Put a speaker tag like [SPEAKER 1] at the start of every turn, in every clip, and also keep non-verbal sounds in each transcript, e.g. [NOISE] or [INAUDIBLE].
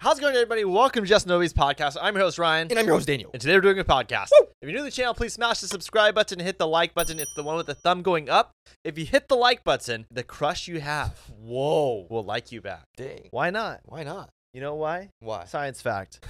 [SPEAKER 1] How's it going, everybody? Welcome to Just Nobody's podcast. I'm your host Ryan,
[SPEAKER 2] And I'm your host, Daniel.
[SPEAKER 1] and today we're doing a podcast. If you're new to the channel, please smash the subscribe button and hit the like button. It's the one with the thumb going up. If you hit the like button, the crush you have
[SPEAKER 2] Whoa.
[SPEAKER 1] will like you back.
[SPEAKER 2] Dang.
[SPEAKER 1] Why not?
[SPEAKER 2] Why not?
[SPEAKER 1] You know why?
[SPEAKER 2] Why?
[SPEAKER 1] Science fact: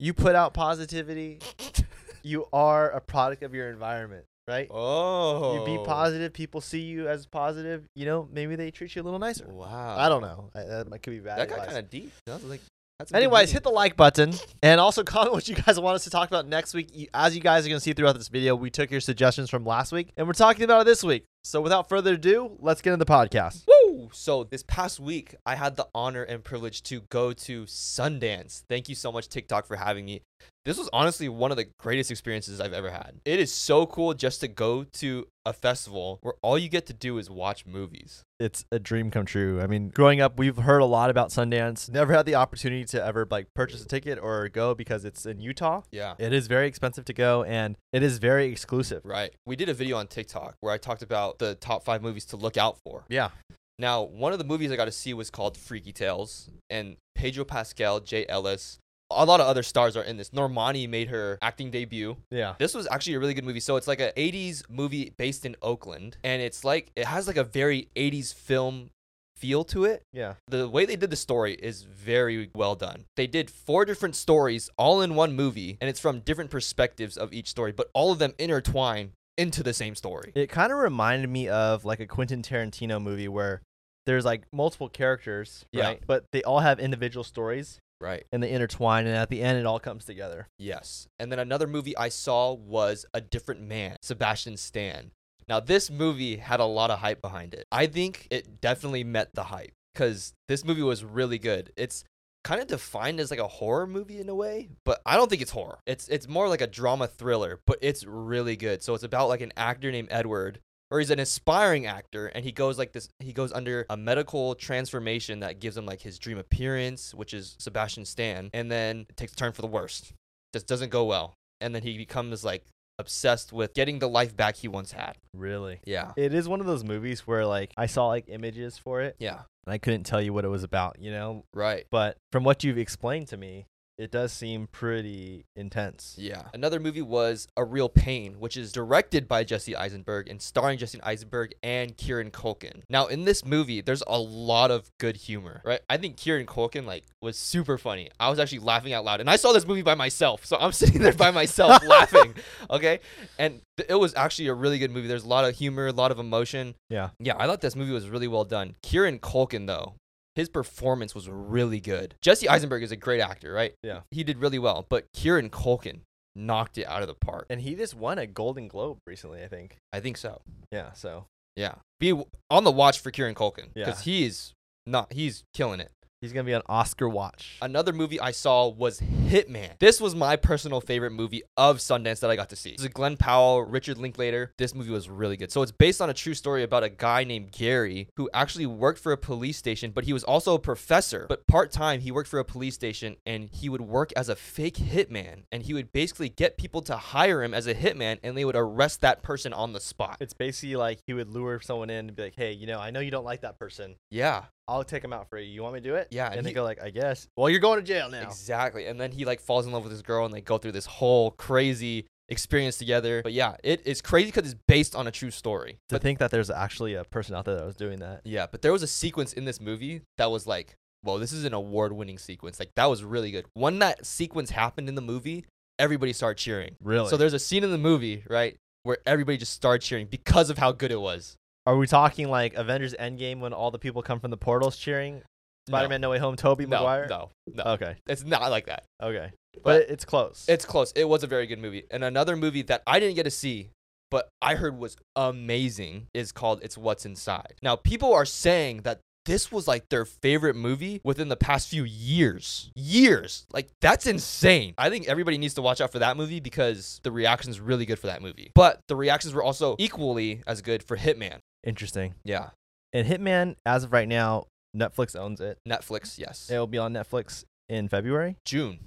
[SPEAKER 1] you put out positivity, [LAUGHS] you are a product of your environment, right?
[SPEAKER 2] Oh.
[SPEAKER 1] You be positive, people see you as positive. You know, maybe they treat you a little nicer.
[SPEAKER 2] Wow.
[SPEAKER 1] I don't know. I, that might- could be bad.
[SPEAKER 2] That got
[SPEAKER 1] advice.
[SPEAKER 2] kind of deep. That was like. That's
[SPEAKER 1] Anyways, hit the like button and also [LAUGHS] comment what you guys want us to talk about next week. You- As you guys are going to see throughout this video, we took your suggestions from last week and we're talking about it this week. So without further ado, let's get into the podcast.
[SPEAKER 2] Woo! So this past week, I had the honor and privilege to go to Sundance. Thank you so much, TikTok, for having me. This was honestly one of the greatest experiences I've ever had. It is so cool just to go to a festival where all you get to do is watch movies.
[SPEAKER 1] It's a dream come true. I mean, growing up, we've heard a lot about Sundance. Never had the opportunity to ever like purchase a ticket or go because it's in Utah.
[SPEAKER 2] Yeah.
[SPEAKER 1] It is very expensive to go and it is very exclusive.
[SPEAKER 2] Right. We did a video on TikTok where I talked about the top five movies to look out for.
[SPEAKER 1] Yeah.
[SPEAKER 2] Now, one of the movies I got to see was called Freaky Tales, and Pedro Pascal, Jay Ellis, a lot of other stars are in this. Normani made her acting debut.
[SPEAKER 1] Yeah.
[SPEAKER 2] This was actually a really good movie. So it's like an 80s movie based in Oakland, and it's like it has like a very 80s film feel to it.
[SPEAKER 1] Yeah.
[SPEAKER 2] The way they did the story is very well done. They did four different stories all in one movie, and it's from different perspectives of each story, but all of them intertwine into the same story.
[SPEAKER 1] It kind of reminded me of like a Quentin Tarantino movie where there's like multiple characters,
[SPEAKER 2] Yeah.
[SPEAKER 1] right? But they all have individual stories
[SPEAKER 2] Right.
[SPEAKER 1] and they intertwine, and at the end, it all comes together.
[SPEAKER 2] Yes. And then another movie I saw was A Different Man, Sebastian Stan. Now, this movie had a lot of hype behind it. I think it definitely met the hype because this movie was really good. It's kind of defined as like a horror movie in a way, but I don't think it's horror. It's it's more like a drama thriller, but it's really good. So it's about like an actor named Edward or he's an aspiring actor and he goes like this he goes under a medical transformation that gives him like his dream appearance, which is Sebastian Stan, and then it takes a turn for the worst. Just doesn't go well. And then he becomes like obsessed with getting the life back he once had.
[SPEAKER 1] Really?
[SPEAKER 2] Yeah.
[SPEAKER 1] It is one of those movies where like I saw like images for it
[SPEAKER 2] Yeah.
[SPEAKER 1] and I couldn't tell you what it was about, you know?
[SPEAKER 2] Right.
[SPEAKER 1] But from what you've explained to me, it does seem pretty intense.
[SPEAKER 2] Yeah. Another movie was A Real Pain, which is directed by Jesse Eisenberg and starring Jesse Eisenberg and Kieran Culkin. Now, in this movie, there's a lot of good humor, right? I think Kieran Culkin like was super funny. I was actually laughing out loud, and I saw this movie by myself, so I'm [LAUGHS] sitting there by myself [LAUGHS] laughing. Okay, and th- it was actually a really good movie. There's a lot of humor, a lot of emotion.
[SPEAKER 1] Yeah.
[SPEAKER 2] Yeah, I thought this movie was really well done. Kieran Culkin though. His performance was really good. Jesse Eisenberg is a great actor, right?
[SPEAKER 1] Yeah.
[SPEAKER 2] He did really well, but Kieran Culkin knocked it out of the park.
[SPEAKER 1] And he just won a Golden Globe recently, I think.
[SPEAKER 2] I think so.
[SPEAKER 1] Yeah. So
[SPEAKER 2] Yeah. Be w- on the watch for Kieran Culkin
[SPEAKER 1] Yeah.
[SPEAKER 2] because he is not, he's killing it.
[SPEAKER 1] he's going to be on Oscar watch.
[SPEAKER 2] Another movie I saw was Hitman. This was my personal favorite movie of Sundance that I got to see. This is Glenn Powell, Richard Linklater. This movie was really good. So it's based on a true story about a guy named Gary who actually worked for a police station, but he was also a professor. But part time, he worked for a police station and he would work as a fake hitman. And he would basically get people to hire him as a hitman and they would arrest that person on the spot.
[SPEAKER 1] it's basically like he would lure someone in and be like, hey, you know, I know you don't like that person.
[SPEAKER 2] Yeah.
[SPEAKER 1] I'll take him out for you. You want me to do it?
[SPEAKER 2] Yeah,
[SPEAKER 1] And,
[SPEAKER 2] and
[SPEAKER 1] they
[SPEAKER 2] he-
[SPEAKER 1] go like, I guess. Well, you're going to jail now.
[SPEAKER 2] Exactly. And then he like falls in love with this girl and they go through this whole crazy experience together. But yeah, it is crazy because it's based on a true story.
[SPEAKER 1] to
[SPEAKER 2] But
[SPEAKER 1] think that there's actually a person out there that was doing that.
[SPEAKER 2] yeah, but there was a sequence in this movie that was like, whoa, this is an award winning sequence. Like that was really good. When that sequence happened in the movie, everybody started cheering.
[SPEAKER 1] Really?
[SPEAKER 2] So there's a scene in the movie, right, where everybody just started cheering because of how good it was.
[SPEAKER 1] Are we talking like Avengers Endgame when all the people come from the portals cheering?
[SPEAKER 2] No.
[SPEAKER 1] Spider Man No Way Home, Toby
[SPEAKER 2] No,
[SPEAKER 1] Maguire?
[SPEAKER 2] no, no.
[SPEAKER 1] Okay.
[SPEAKER 2] It's not like that.
[SPEAKER 1] Okay. But,
[SPEAKER 2] But-
[SPEAKER 1] it's close.
[SPEAKER 2] It's close. It was a very good movie. And another movie that I didn't get to see, but I heard was amazing, is called It's What's Inside. Now, people are saying that this was like their favorite movie within the past few years. Years. Like, that's insane. I think everybody needs to watch out for that movie because the reaction's really good for that movie. But the reactions were also equally as good for Hitman.
[SPEAKER 1] interesting.
[SPEAKER 2] Yeah.
[SPEAKER 1] And Hitman, as of right now, Netflix owns it.
[SPEAKER 2] Netflix, yes.
[SPEAKER 1] It will be on Netflix in February.
[SPEAKER 2] June.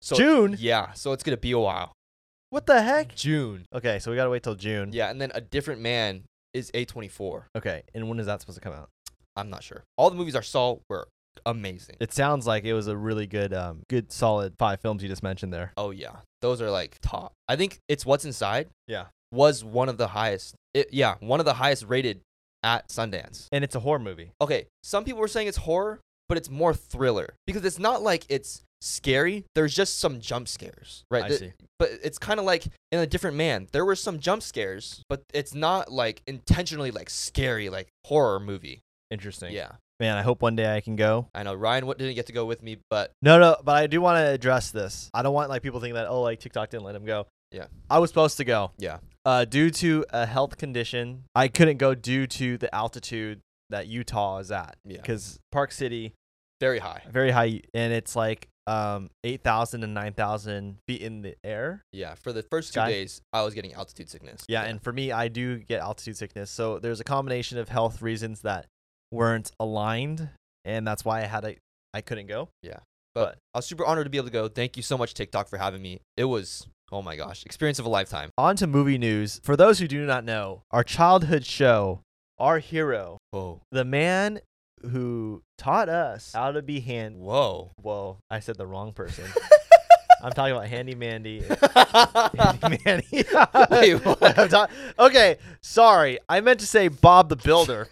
[SPEAKER 2] So,
[SPEAKER 1] June?
[SPEAKER 2] Yeah. So it's going to be a while.
[SPEAKER 1] What the heck?
[SPEAKER 2] June.
[SPEAKER 1] Okay, so we gotta wait till June.
[SPEAKER 2] Yeah. And then A Different Man is A24.
[SPEAKER 1] Okay, and when is that supposed to come out?
[SPEAKER 2] I'm not sure. All the movies I saw were amazing.
[SPEAKER 1] It sounds like it was a really good, um, good solid five films you just mentioned there.
[SPEAKER 2] Oh yeah, those are like top. I think it's what's inside.
[SPEAKER 1] Yeah.
[SPEAKER 2] was one of the highest. It, yeah, one of the highest rated at Sundance.
[SPEAKER 1] And it's a horror movie.
[SPEAKER 2] Okay, some people were saying it's horror, but it's more thriller because it's not like it's scary. There's just some jump scares, right?
[SPEAKER 1] I
[SPEAKER 2] Th-
[SPEAKER 1] see.
[SPEAKER 2] But it's kind of like in a different man. There were some jump scares, but it's not like intentionally like scary like horror movie.
[SPEAKER 1] Interesting.
[SPEAKER 2] Yeah,
[SPEAKER 1] Man, I hope one day I can go.
[SPEAKER 2] I know Ryan what didn't get to go with me, but
[SPEAKER 1] No, no, but I do want to address this. I don't want like people thinking that oh, like TikTok didn't let him go.
[SPEAKER 2] Yeah.
[SPEAKER 1] I was supposed to go.
[SPEAKER 2] Yeah.
[SPEAKER 1] Uh, due to a health condition, I couldn't go due to the altitude that Utah is at
[SPEAKER 2] yeah,
[SPEAKER 1] because Park City
[SPEAKER 2] very high.
[SPEAKER 1] very high and it's like um 8,000 and 9,000 feet in the air.
[SPEAKER 2] Yeah, for the first two
[SPEAKER 1] Sky?
[SPEAKER 2] days, I was getting altitude sickness.
[SPEAKER 1] Yeah, and for me, I do get altitude sickness. So there's a combination of health reasons that weren't aligned, and that's why I had a I couldn't go.
[SPEAKER 2] but I was super honored to be able to go. Thank you so much, TikTok, for having me. It was, oh my gosh, experience of a lifetime.
[SPEAKER 1] On to movie news. For those who do not know, our childhood show, our hero,
[SPEAKER 2] Whoa,
[SPEAKER 1] the man who taught us how to be hand. [LAUGHS]
[SPEAKER 2] whoa.
[SPEAKER 1] Whoa, I said the wrong person. I'm talking about Handy Mandy. [LAUGHS] Handy Mandy.
[SPEAKER 2] [LAUGHS]
[SPEAKER 1] [LAUGHS]
[SPEAKER 2] Wait, what?
[SPEAKER 1] I'm ta- okay, sorry. I meant to say Bob the
[SPEAKER 2] [LAUGHS]
[SPEAKER 1] Builder.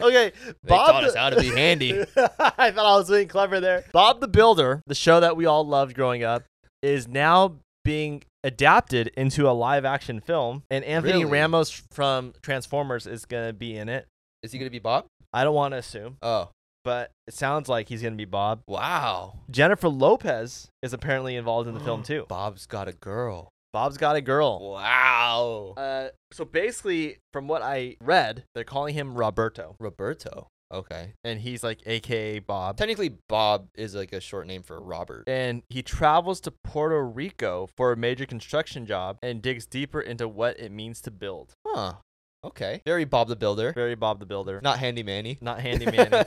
[SPEAKER 1] okay,
[SPEAKER 2] they
[SPEAKER 1] Bob
[SPEAKER 2] taught
[SPEAKER 1] the-
[SPEAKER 2] us how to be handy.
[SPEAKER 1] [LAUGHS] I thought I was being clever there. Bob the Builder, the show that we all loved growing up, is now being adapted into a live action film, and Anthony
[SPEAKER 2] Really?
[SPEAKER 1] Ramos from Transformers is going to be in it.
[SPEAKER 2] Is he gonna be Bob?
[SPEAKER 1] I don't want to assume,
[SPEAKER 2] Oh,
[SPEAKER 1] but it sounds like he's going to be Bob.
[SPEAKER 2] wow.
[SPEAKER 1] Jennifer Lopez is apparently involved in the
[SPEAKER 2] [GASPS]
[SPEAKER 1] film too.
[SPEAKER 2] Bob's got a girl.
[SPEAKER 1] Bob's got a girl.
[SPEAKER 2] Wow.
[SPEAKER 1] Uh, so basically, from what I read, they're calling him Roberto,
[SPEAKER 2] Roberto. Okay.
[SPEAKER 1] and he's like AKA Bob.
[SPEAKER 2] Technically, Bob is like a short name for Robert.
[SPEAKER 1] and he travels to Puerto Rico for a major construction job and digs deeper into what it means to build.
[SPEAKER 2] Huh. Okay. Very Bob the Builder.
[SPEAKER 1] Very Bob the Builder,
[SPEAKER 2] Not Handy Manny.
[SPEAKER 1] not Handy [LAUGHS] Manny.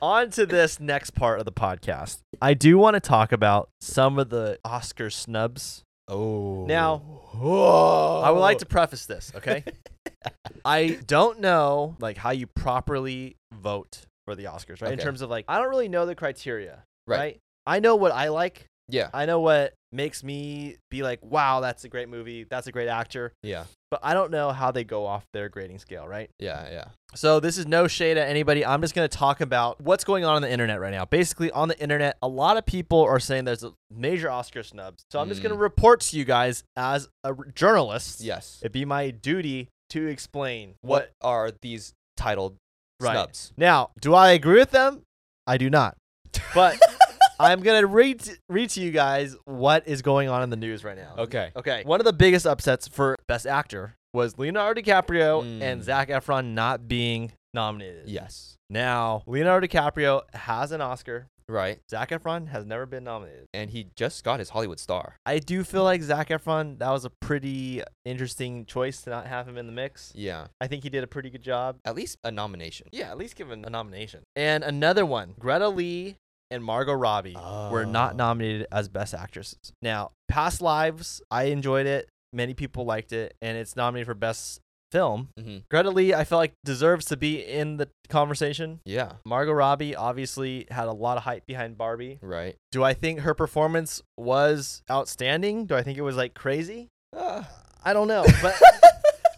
[SPEAKER 1] On to this next part of the podcast. I do want to talk about some of the Oscar snubs.
[SPEAKER 2] oh.
[SPEAKER 1] Now,
[SPEAKER 2] Whoa.
[SPEAKER 1] I would like to preface this, okay? [LAUGHS] I don't know like how you properly vote for the Oscars, right? In
[SPEAKER 2] Okay.
[SPEAKER 1] terms of like I don't really know the criteria,
[SPEAKER 2] Right.
[SPEAKER 1] right? I know what I like.
[SPEAKER 2] [LAUGHS]
[SPEAKER 1] [LAUGHS]
[SPEAKER 2] Yeah.
[SPEAKER 1] I know what makes me be like, "Wow, that's a great movie. That's a great actor."
[SPEAKER 2] Yeah.
[SPEAKER 1] but I don't know how they go off their grading scale, right?
[SPEAKER 2] Yeah. Yeah.
[SPEAKER 1] So this is no shade at anybody. I'm just going to talk about what's going on on the internet right now. Basically, on the internet, a lot of people are saying there's a major Oscar snubs. So I'm just going to report to you guys as a r- journalist.
[SPEAKER 2] Yes.
[SPEAKER 1] It'd be my duty to explain
[SPEAKER 2] what
[SPEAKER 1] what,
[SPEAKER 2] are these titled
[SPEAKER 1] Right. [LAUGHS]
[SPEAKER 2] snubs?
[SPEAKER 1] Now, do I agree with them? I do not.
[SPEAKER 2] [LAUGHS]
[SPEAKER 1] But I'm going to read t- read to you guys what is going on in the news right now.
[SPEAKER 2] Okay.
[SPEAKER 1] Okay. One of the biggest upsets for Best Actor was Leonardo DiCaprio
[SPEAKER 2] Mm.
[SPEAKER 1] and Zach Efron not being nominated.
[SPEAKER 2] Yes.
[SPEAKER 1] Now, Leonardo DiCaprio has an Oscar.
[SPEAKER 2] Right.
[SPEAKER 1] Zach Efron has never been nominated.
[SPEAKER 2] And he just got his Hollywood star.
[SPEAKER 1] I do feel like Zach Efron, that was a pretty interesting choice to not have him in the mix.
[SPEAKER 2] Yeah.
[SPEAKER 1] I think he did a pretty good job.
[SPEAKER 2] At least a nomination.
[SPEAKER 1] Yeah, at least give him a nomination. And another one Greta Lee and Margot Robbie were not
[SPEAKER 2] nominated.
[SPEAKER 1] nominated as best actresses. Now, Past Lives, I enjoyed it. Many people liked it, and it's nominated for best film.
[SPEAKER 2] Mhm.
[SPEAKER 1] Greta Lee, I felt like deserves to be in the conversation.
[SPEAKER 2] Yeah.
[SPEAKER 1] Margot Robbie obviously had a lot of hype behind Barbie.
[SPEAKER 2] Right.
[SPEAKER 1] Do I think her performance was outstanding? Do I think it was like crazy?
[SPEAKER 2] Ah.
[SPEAKER 1] I don't know, Oh,
[SPEAKER 2] [LAUGHS]
[SPEAKER 1] but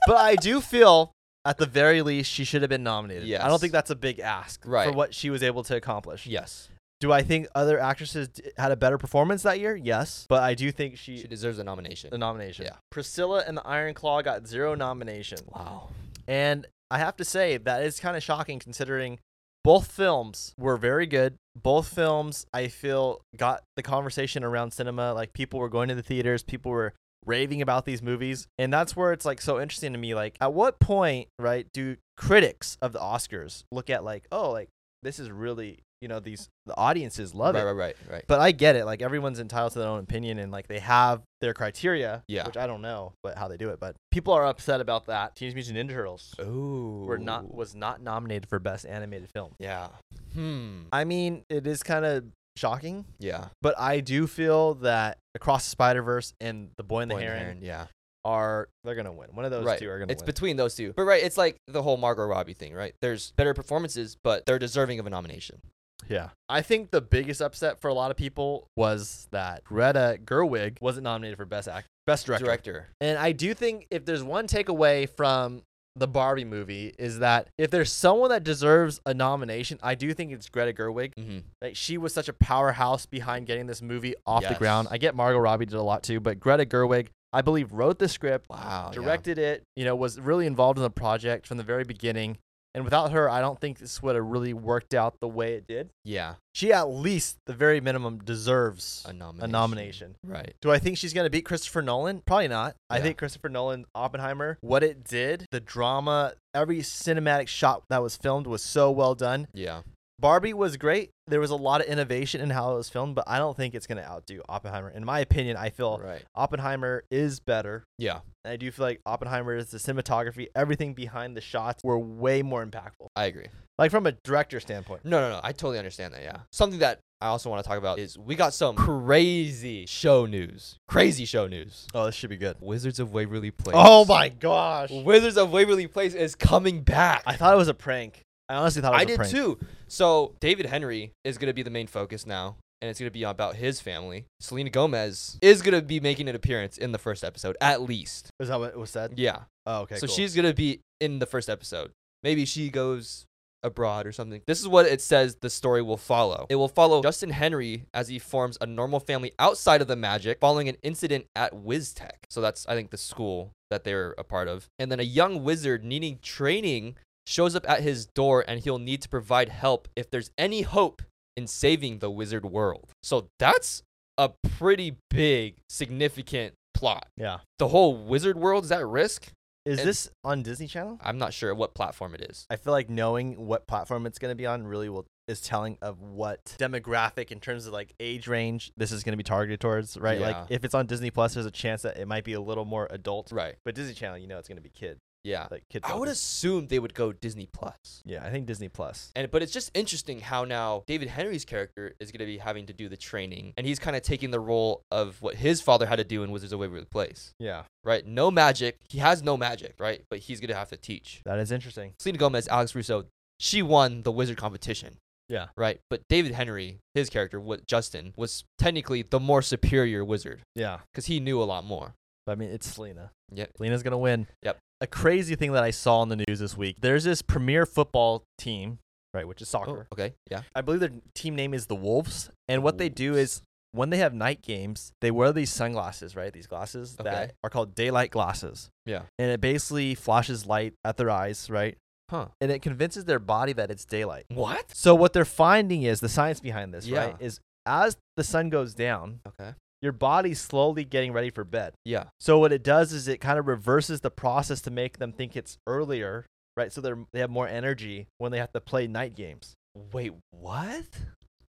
[SPEAKER 1] but I do feel at the very least she should have been nominated. I don't
[SPEAKER 2] Yes.
[SPEAKER 1] think that's a big ask
[SPEAKER 2] Right.
[SPEAKER 1] for what she was able to accomplish.
[SPEAKER 2] yes.
[SPEAKER 1] Do I think other actresses d- had a better performance that year? Yes, but I do think she,
[SPEAKER 2] She deserves a nomination.
[SPEAKER 1] the nomination.
[SPEAKER 2] Yeah.
[SPEAKER 1] Priscilla and the Iron Claw got zero nominations.
[SPEAKER 2] Wow.
[SPEAKER 1] And I have to say that is kind of shocking considering both films were very good. Both films, I feel, got the conversation around cinema. Like people were going to the theaters, people were raving about these movies. And that's where it's like so interesting to me. Like, at what point, right, do critics of the Oscars look at like, oh, like this is really, you know, these, the audiences love
[SPEAKER 2] right,
[SPEAKER 1] it.
[SPEAKER 2] right, right, right.
[SPEAKER 1] But I get it. Like everyone's entitled to their own opinion and like they have their criteria.
[SPEAKER 2] Yeah.
[SPEAKER 1] Which I don't know but how they do it, but people are upset about that. Teenage Mutant Ninja Turtles
[SPEAKER 2] Ooh.
[SPEAKER 1] were not was not nominated for best animated film.
[SPEAKER 2] Yeah. Hmm.
[SPEAKER 1] I mean, it is kind of shocking,
[SPEAKER 2] Yeah.
[SPEAKER 1] but I do feel that Across the Spider Verse and The Boy and the Heron
[SPEAKER 2] Yeah.
[SPEAKER 1] are they're gonna win. One of those
[SPEAKER 2] right.
[SPEAKER 1] two are gonna
[SPEAKER 2] it's
[SPEAKER 1] win.
[SPEAKER 2] between those two. But right, it's like the whole Margot Robbie thing, right? There's better performances, but they're deserving of a nomination.
[SPEAKER 1] yeah. I think the biggest upset for a lot of people was that Greta Gerwig wasn't nominated for best act, best director.
[SPEAKER 2] Director.
[SPEAKER 1] And I do think if there's one takeaway from the Barbie movie is that if there's someone that deserves a nomination, I do think it's Greta Gerwig.
[SPEAKER 2] hmm
[SPEAKER 1] Like she was such a powerhouse behind getting this movie off the
[SPEAKER 2] Yes.
[SPEAKER 1] ground. I get Margot Robbie did a lot too, but Greta Gerwig, I believe, wrote the script,
[SPEAKER 2] Wow. yeah.
[SPEAKER 1] directed it, you know, was really involved in the project from the very beginning. And without her, I don't think this would have really worked out the way it did.
[SPEAKER 2] Yeah.
[SPEAKER 1] She at least, the very minimum, deserves
[SPEAKER 2] A
[SPEAKER 1] a
[SPEAKER 2] nomination.
[SPEAKER 1] nomination.
[SPEAKER 2] Right.
[SPEAKER 1] Do I think she's going to beat Christopher Nolan? Probably not. I
[SPEAKER 2] Yeah.
[SPEAKER 1] think Christopher Nolan, Oppenheimer, what it did, the drama, every cinematic shot that was filmed was so well done.
[SPEAKER 2] Yeah.
[SPEAKER 1] Barbie was great. There was a lot of innovation in how it was filmed, but I don't think it's going to outdo Oppenheimer. In my opinion, I feel
[SPEAKER 2] Right.
[SPEAKER 1] Oppenheimer is better.
[SPEAKER 2] Yeah.
[SPEAKER 1] And I do feel like Oppenheimer is the cinematography, everything behind the shots were way more impactful.
[SPEAKER 2] I agree.
[SPEAKER 1] Like from a director standpoint.
[SPEAKER 2] No, no, no. I totally understand that. Yeah. Something that I also want to talk about is we got some crazy show news. Crazy show news.
[SPEAKER 1] Oh, this should be good.
[SPEAKER 2] Wizards of Waverly Place.
[SPEAKER 1] Oh my gosh.
[SPEAKER 2] Wizards of Waverly Place is coming back.
[SPEAKER 1] I thought it was a prank. I honestly thought it was
[SPEAKER 2] I
[SPEAKER 1] a
[SPEAKER 2] did
[SPEAKER 1] prank.
[SPEAKER 2] too. So David Henry is gonna be the main focus now, and it's gonna be about his family. Selena Gomez is gonna be making an appearance in the first episode, at least.
[SPEAKER 1] Is that what was said?
[SPEAKER 2] Yeah.
[SPEAKER 1] Oh, okay.
[SPEAKER 2] so
[SPEAKER 1] cool.
[SPEAKER 2] she's gonna be in the first episode. Maybe she goes abroad or something. This is what it says the story will follow. It will follow Justin Henry as he forms a normal family outside of the magic following an incident at WizTech. So that's I think the school that they're a part of. And then a young wizard needing training shows up at his door and he'll need to provide help if there's any hope in saving the wizard world. So that's a pretty big significant plot.
[SPEAKER 1] Yeah.
[SPEAKER 2] The whole wizard world is at risk.
[SPEAKER 1] Is
[SPEAKER 2] And-
[SPEAKER 1] this on Disney Channel?
[SPEAKER 2] I'm not sure what platform it is.
[SPEAKER 1] I feel like knowing what platform it's going to be on really will is telling of what demographic in terms of like age range this is going to be targeted towards, right?
[SPEAKER 2] Yeah.
[SPEAKER 1] Like if it's on Disney Plus, there's a chance that it might be a little more adult.
[SPEAKER 2] Right.
[SPEAKER 1] But Disney Channel, you know, it's going to be kid,
[SPEAKER 2] Yeah.
[SPEAKER 1] like kid.
[SPEAKER 2] I would
[SPEAKER 1] focused.
[SPEAKER 2] assume they would go Disney Plus.
[SPEAKER 1] Yeah, I think Disney Plus.
[SPEAKER 2] And but it's just interesting how now David Henry's character is going to be having to do the training and he's kind of taking the role of what his father had to do in Wizards of Waverly Place,
[SPEAKER 1] Yeah,
[SPEAKER 2] right? No magic. He has no magic, right? But he's going to have to teach.
[SPEAKER 1] that is interesting.
[SPEAKER 2] Selena Gomez, Alex Russo, she won the wizard competition.
[SPEAKER 1] Yeah.
[SPEAKER 2] Right? But David Henry, his character, what Justin was technically the more superior wizard
[SPEAKER 1] Yeah,
[SPEAKER 2] cuz he knew a lot more.
[SPEAKER 1] but I mean, it's Selena.
[SPEAKER 2] Yep.
[SPEAKER 1] Lena's gonna win.
[SPEAKER 2] Yep.
[SPEAKER 1] A crazy thing that I saw in the news this week. There's this premier football team, right, which is soccer.
[SPEAKER 2] Oh, okay. Yeah.
[SPEAKER 1] I believe their team name is the Wolves. And what they do is when they have night games, they wear these sunglasses, right? These glasses that
[SPEAKER 2] Okay.
[SPEAKER 1] are called daylight glasses.
[SPEAKER 2] Yeah.
[SPEAKER 1] And it basically flashes light at their eyes, right?
[SPEAKER 2] Huh.
[SPEAKER 1] And it convinces their body that it's daylight.
[SPEAKER 2] What?
[SPEAKER 1] So what they're finding is the science behind this,
[SPEAKER 2] Yeah.
[SPEAKER 1] right? Is as the sun goes down,
[SPEAKER 2] Okay.
[SPEAKER 1] your body's slowly getting ready for bed.
[SPEAKER 2] Yeah.
[SPEAKER 1] So what it does is it kind of reverses the process to make them think it's earlier, right? So they're they have more energy when they have to play night games.
[SPEAKER 2] Wait, what?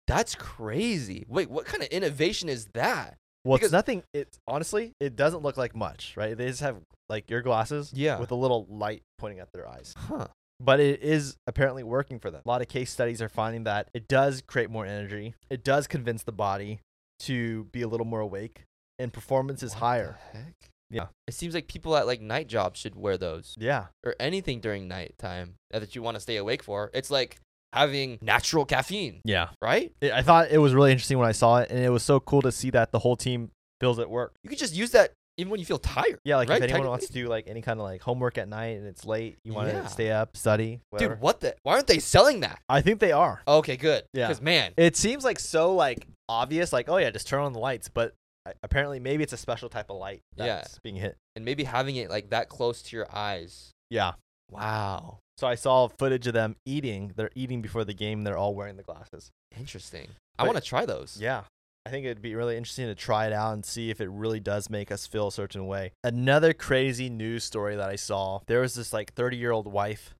[SPEAKER 2] That's crazy. Wait, what kind of innovation is that?
[SPEAKER 1] Well, it's
[SPEAKER 2] Because-
[SPEAKER 1] nothing. It's honestly, it doesn't look like much, right? They just have like your glasses
[SPEAKER 2] Yeah.
[SPEAKER 1] with a little light pointing at their eyes.
[SPEAKER 2] Huh.
[SPEAKER 1] But it is apparently working for them. A lot of case studies are finding that it does create more energy. It does convince the body to be a little more awake and performance is
[SPEAKER 2] What the
[SPEAKER 1] higher.
[SPEAKER 2] heck?
[SPEAKER 1] Yeah.
[SPEAKER 2] It seems like people at like night jobs should wear those
[SPEAKER 1] Yeah.
[SPEAKER 2] or anything during nighttime that you want to stay awake for. It's like having natural caffeine,
[SPEAKER 1] Yeah.
[SPEAKER 2] right?
[SPEAKER 1] I thought it was really interesting when I saw it and it was so cool to see that the whole team feels at work.
[SPEAKER 2] You could just use that even when you feel tired.
[SPEAKER 1] Yeah, like
[SPEAKER 2] Right,
[SPEAKER 1] if anyone wants to
[SPEAKER 2] technically.
[SPEAKER 1] do like any kind of like homework at night and it's late, you want
[SPEAKER 2] Yeah.
[SPEAKER 1] to stay up, study, whatever.
[SPEAKER 2] Dude, what the? Why aren't they selling that?
[SPEAKER 1] I think they are.
[SPEAKER 2] Okay, good.
[SPEAKER 1] Yeah.
[SPEAKER 2] Because man,
[SPEAKER 1] It seems like so like obvious, like oh yeah, just turn on the lights. But a- apparently, maybe it's a special type of light
[SPEAKER 2] Yeah.
[SPEAKER 1] that's being hit.
[SPEAKER 2] and maybe having it like that close to your eyes.
[SPEAKER 1] Yeah.
[SPEAKER 2] Wow.
[SPEAKER 1] So I saw footage of them eating. They're eating before the game. They're all wearing the glasses.
[SPEAKER 2] Interesting. I
[SPEAKER 1] But-
[SPEAKER 2] want to try those.
[SPEAKER 1] Yeah. I think it'd be really interesting to try it out and see if it really does make us feel a certain way. Another crazy news story that I saw. There was this like 30 year old wife.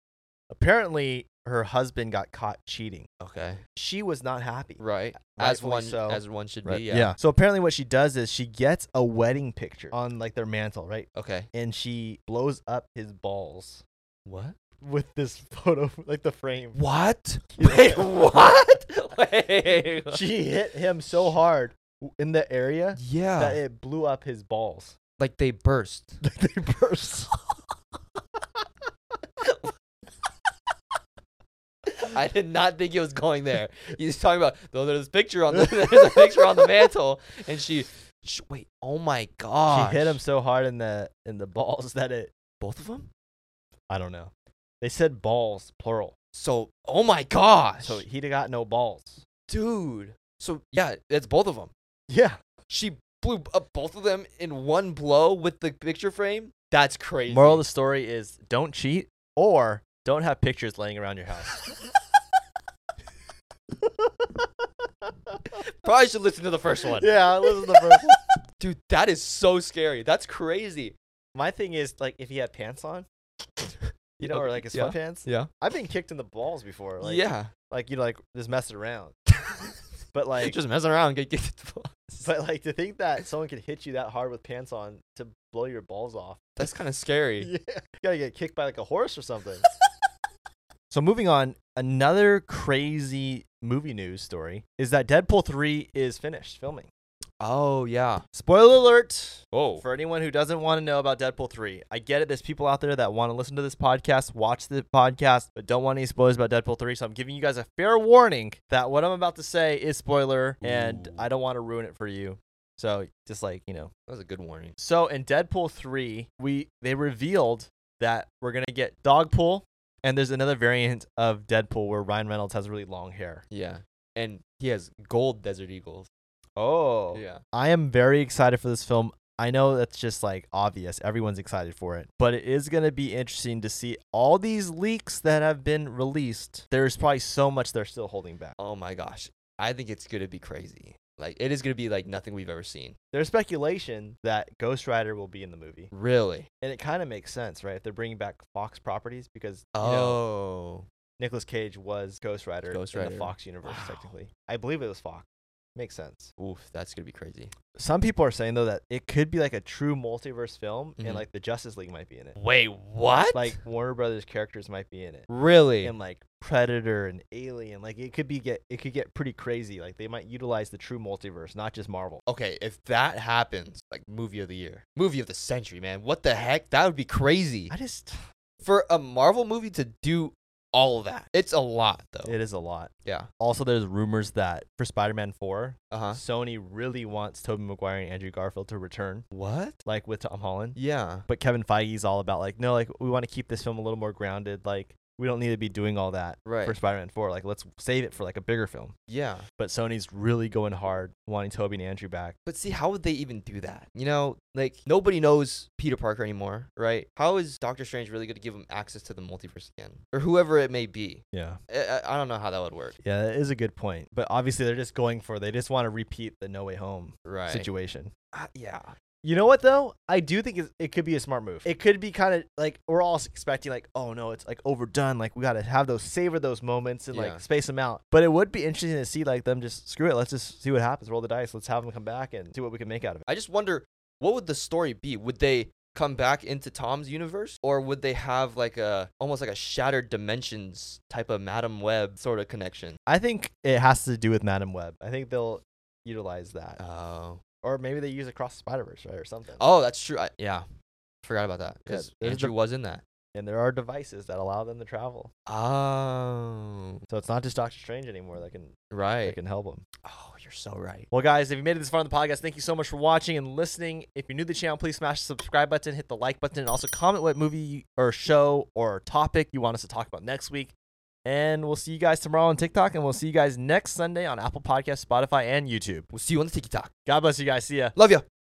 [SPEAKER 1] Apparently, her husband got caught cheating.
[SPEAKER 2] Okay.
[SPEAKER 1] She was not happy.
[SPEAKER 2] Right. As
[SPEAKER 1] Rightfully
[SPEAKER 2] one
[SPEAKER 1] so.
[SPEAKER 2] as one should
[SPEAKER 1] Right.
[SPEAKER 2] be.
[SPEAKER 1] yeah. So apparently, what she does is she gets a wedding picture on like their mantle, right?
[SPEAKER 2] Okay.
[SPEAKER 1] and she blows up his balls
[SPEAKER 2] What?
[SPEAKER 1] with this [LAUGHS] photo, like the [LAUGHS] frame.
[SPEAKER 2] What? [LAUGHS] Wait, what? [LAUGHS] Wait.
[SPEAKER 1] She hit him so hard w- in the area
[SPEAKER 2] yeah.
[SPEAKER 1] that it blew up his balls. [LAUGHS]
[SPEAKER 2] like they burst.
[SPEAKER 1] they burst.
[SPEAKER 2] I did not think it was going there. He's talking about though. There's a picture on the [LAUGHS] there's a picture on the mantle, and she, sh wait. Oh my god.
[SPEAKER 1] She hit him so hard in the in the balls [LAUGHS] that it.
[SPEAKER 2] both of them.
[SPEAKER 1] I don't know. They said balls plural,
[SPEAKER 2] So oh my gosh,
[SPEAKER 1] so he'd have got no balls.
[SPEAKER 2] dude. So yeah, it's both of them.
[SPEAKER 1] Yeah,
[SPEAKER 2] She blew up both of them in one blow with the picture frame. That's crazy.
[SPEAKER 1] Moral of the story is don't cheat or don't have pictures laying around your house.
[SPEAKER 2] Probably should listen to the first one.
[SPEAKER 1] [LAUGHS] yeah, I listen to the [LAUGHS] first
[SPEAKER 2] Dude, that is so scary. That's crazy.
[SPEAKER 1] My thing is like if he had pants on, [LAUGHS] you know, or like his
[SPEAKER 2] Yeah.
[SPEAKER 1] sweatpants.
[SPEAKER 2] Yeah.
[SPEAKER 1] I've been kicked in the balls before. Like,
[SPEAKER 2] yeah.
[SPEAKER 1] Like you know, like just messing [LAUGHS] around. But like,
[SPEAKER 2] [LAUGHS] just messing around. Get, get the balls.
[SPEAKER 1] but like to think that someone could hit you that hard with pants on to blow your balls off.
[SPEAKER 2] That's kind of [LAUGHS] scary.
[SPEAKER 1] Yeah. [LAUGHS] You gotta get kicked by like a horse or something. [LAUGHS] so moving on, another crazy movie news story is that Deadpool 3 is finished filming.
[SPEAKER 2] Oh yeah.
[SPEAKER 1] Spoiler alert
[SPEAKER 2] Oh.
[SPEAKER 1] for anyone who doesn't want to know about Deadpool 3. I get it. There's people out there that want to listen to this podcast, watch the podcast, but don't want any spoilers about Deadpool 3. So I'm giving you guys a fair warning that what I'm about to say is spoiler and
[SPEAKER 2] Ooh.
[SPEAKER 1] I don't want to ruin it for you. So just like, you know,
[SPEAKER 2] That was a good warning.
[SPEAKER 1] so in Deadpool 3, we they revealed that we're going to get Dogpool and there's another variant of Deadpool where Ryan Reynolds has really long hair.
[SPEAKER 2] Yeah. And he has gold desert eagles.
[SPEAKER 1] Oh.
[SPEAKER 2] Yeah.
[SPEAKER 1] I am very excited for this film. I know that's just like obvious. Everyone's excited for it. But it is going to be interesting to see all these leaks that have been released. There's probably so much they're still holding back.
[SPEAKER 2] Oh my gosh. I think it's gonna be crazy. Like it is gonna be like nothing we've ever seen.
[SPEAKER 1] There's speculation that Ghost Rider will be in the movie.
[SPEAKER 2] Really.
[SPEAKER 1] And it kind of makes sense, right? If they're bringing back Fox properties because, you know,
[SPEAKER 2] Oh.
[SPEAKER 1] Nicolas Cage was Ghost Rider,
[SPEAKER 2] Ghost
[SPEAKER 1] in
[SPEAKER 2] Rider.
[SPEAKER 1] the Fox universe,
[SPEAKER 2] Wow.
[SPEAKER 1] technically. I believe it was Fox. Makes sense.
[SPEAKER 2] Oof. That's gonna be crazy.
[SPEAKER 1] Some people are saying though that it could be like a true multiverse film,
[SPEAKER 2] Mhm.
[SPEAKER 1] and like the Justice League might be in it.
[SPEAKER 2] Wait. What?
[SPEAKER 1] Like Warner Brothers characters might be in it,
[SPEAKER 2] really?
[SPEAKER 1] and like Predator and Alien. Like it could be get it could get pretty crazy. Like they might utilize the true multiverse, not just Marvel.
[SPEAKER 2] Okay, if that happens, like movie of the year, movie of the century, man, what the heck? That would be crazy.
[SPEAKER 1] I just
[SPEAKER 2] For a Marvel movie to do all of that, it's a lot, though.
[SPEAKER 1] it is a lot.
[SPEAKER 2] yeah.
[SPEAKER 1] Also, there's rumors that for Spider-Man Four,
[SPEAKER 2] Uh huh.
[SPEAKER 1] Sony really wants Tobey Maguire and Andrew Garfield to return,
[SPEAKER 2] What?
[SPEAKER 1] like with Tom Holland.
[SPEAKER 2] Yeah.
[SPEAKER 1] but Kevin Feige's all about like no, like we want to keep this film a little more grounded. Like we don't need to be doing all that
[SPEAKER 2] Right.
[SPEAKER 1] for Spider-Man 4. Like let's save it for like a bigger film.
[SPEAKER 2] yeah.
[SPEAKER 1] But Sony's really going hard, wanting Toby and Andrew back.
[SPEAKER 2] But see, how would they even do that? You know, like nobody knows Peter Parker anymore, right? How is Doctor Strange really going to give him access to the multiverse again, or whoever it may be?
[SPEAKER 1] Yeah,
[SPEAKER 2] I, I, I don't know how that would work.
[SPEAKER 1] yeah, that is a good point. But obviously they're just going for they just want to repeat the No Way Home
[SPEAKER 2] Right.
[SPEAKER 1] situation.
[SPEAKER 2] Ah, yeah.
[SPEAKER 1] You know what though? I do think it's- it could be a smart move. It could be kind of like we're all expecting like, oh no, it's like overdone. Like we got to have those savor those moments and
[SPEAKER 2] Yeah.
[SPEAKER 1] like space them out. But it would be interesting to see like them just screw it. Let's just see what happens. Roll the dice. Let's have them come back and see what we can make out of it.
[SPEAKER 2] I just wonder what would the story be? Would they come back into Tom's universe or would they have like a almost like a shattered dimensions type of Madam Web sort of connection?
[SPEAKER 1] I think it has to do with Madam Web. I think they'll utilize that,
[SPEAKER 2] Oh.
[SPEAKER 1] or maybe they use across Spider Verse, right, or something.
[SPEAKER 2] Oh, that's true. I, yeah. Forgot about that
[SPEAKER 1] Yeah,
[SPEAKER 2] cuz
[SPEAKER 1] there's the-
[SPEAKER 2] Andrew was in that.
[SPEAKER 1] And there are devices that allow them to travel,
[SPEAKER 2] Oh.
[SPEAKER 1] so it's not just Doctor Strange anymore that can that
[SPEAKER 2] Right.
[SPEAKER 1] can help them.
[SPEAKER 2] Oh, you're so right.
[SPEAKER 1] Well, guys, if you made it this far on the podcast, thank you so much for watching and listening. If you're new to the channel, please smash the subscribe button, hit the like button, and also comment what movie you- or show or topic you want us to talk about next week. And we'll see you guys tomorrow on TikTok, and we'll see you guys next Sunday on Apple Podcasts, Spotify, and YouTube.
[SPEAKER 2] We'll see you on the TikTok.
[SPEAKER 1] God bless you guys. See ya.
[SPEAKER 2] Love ya.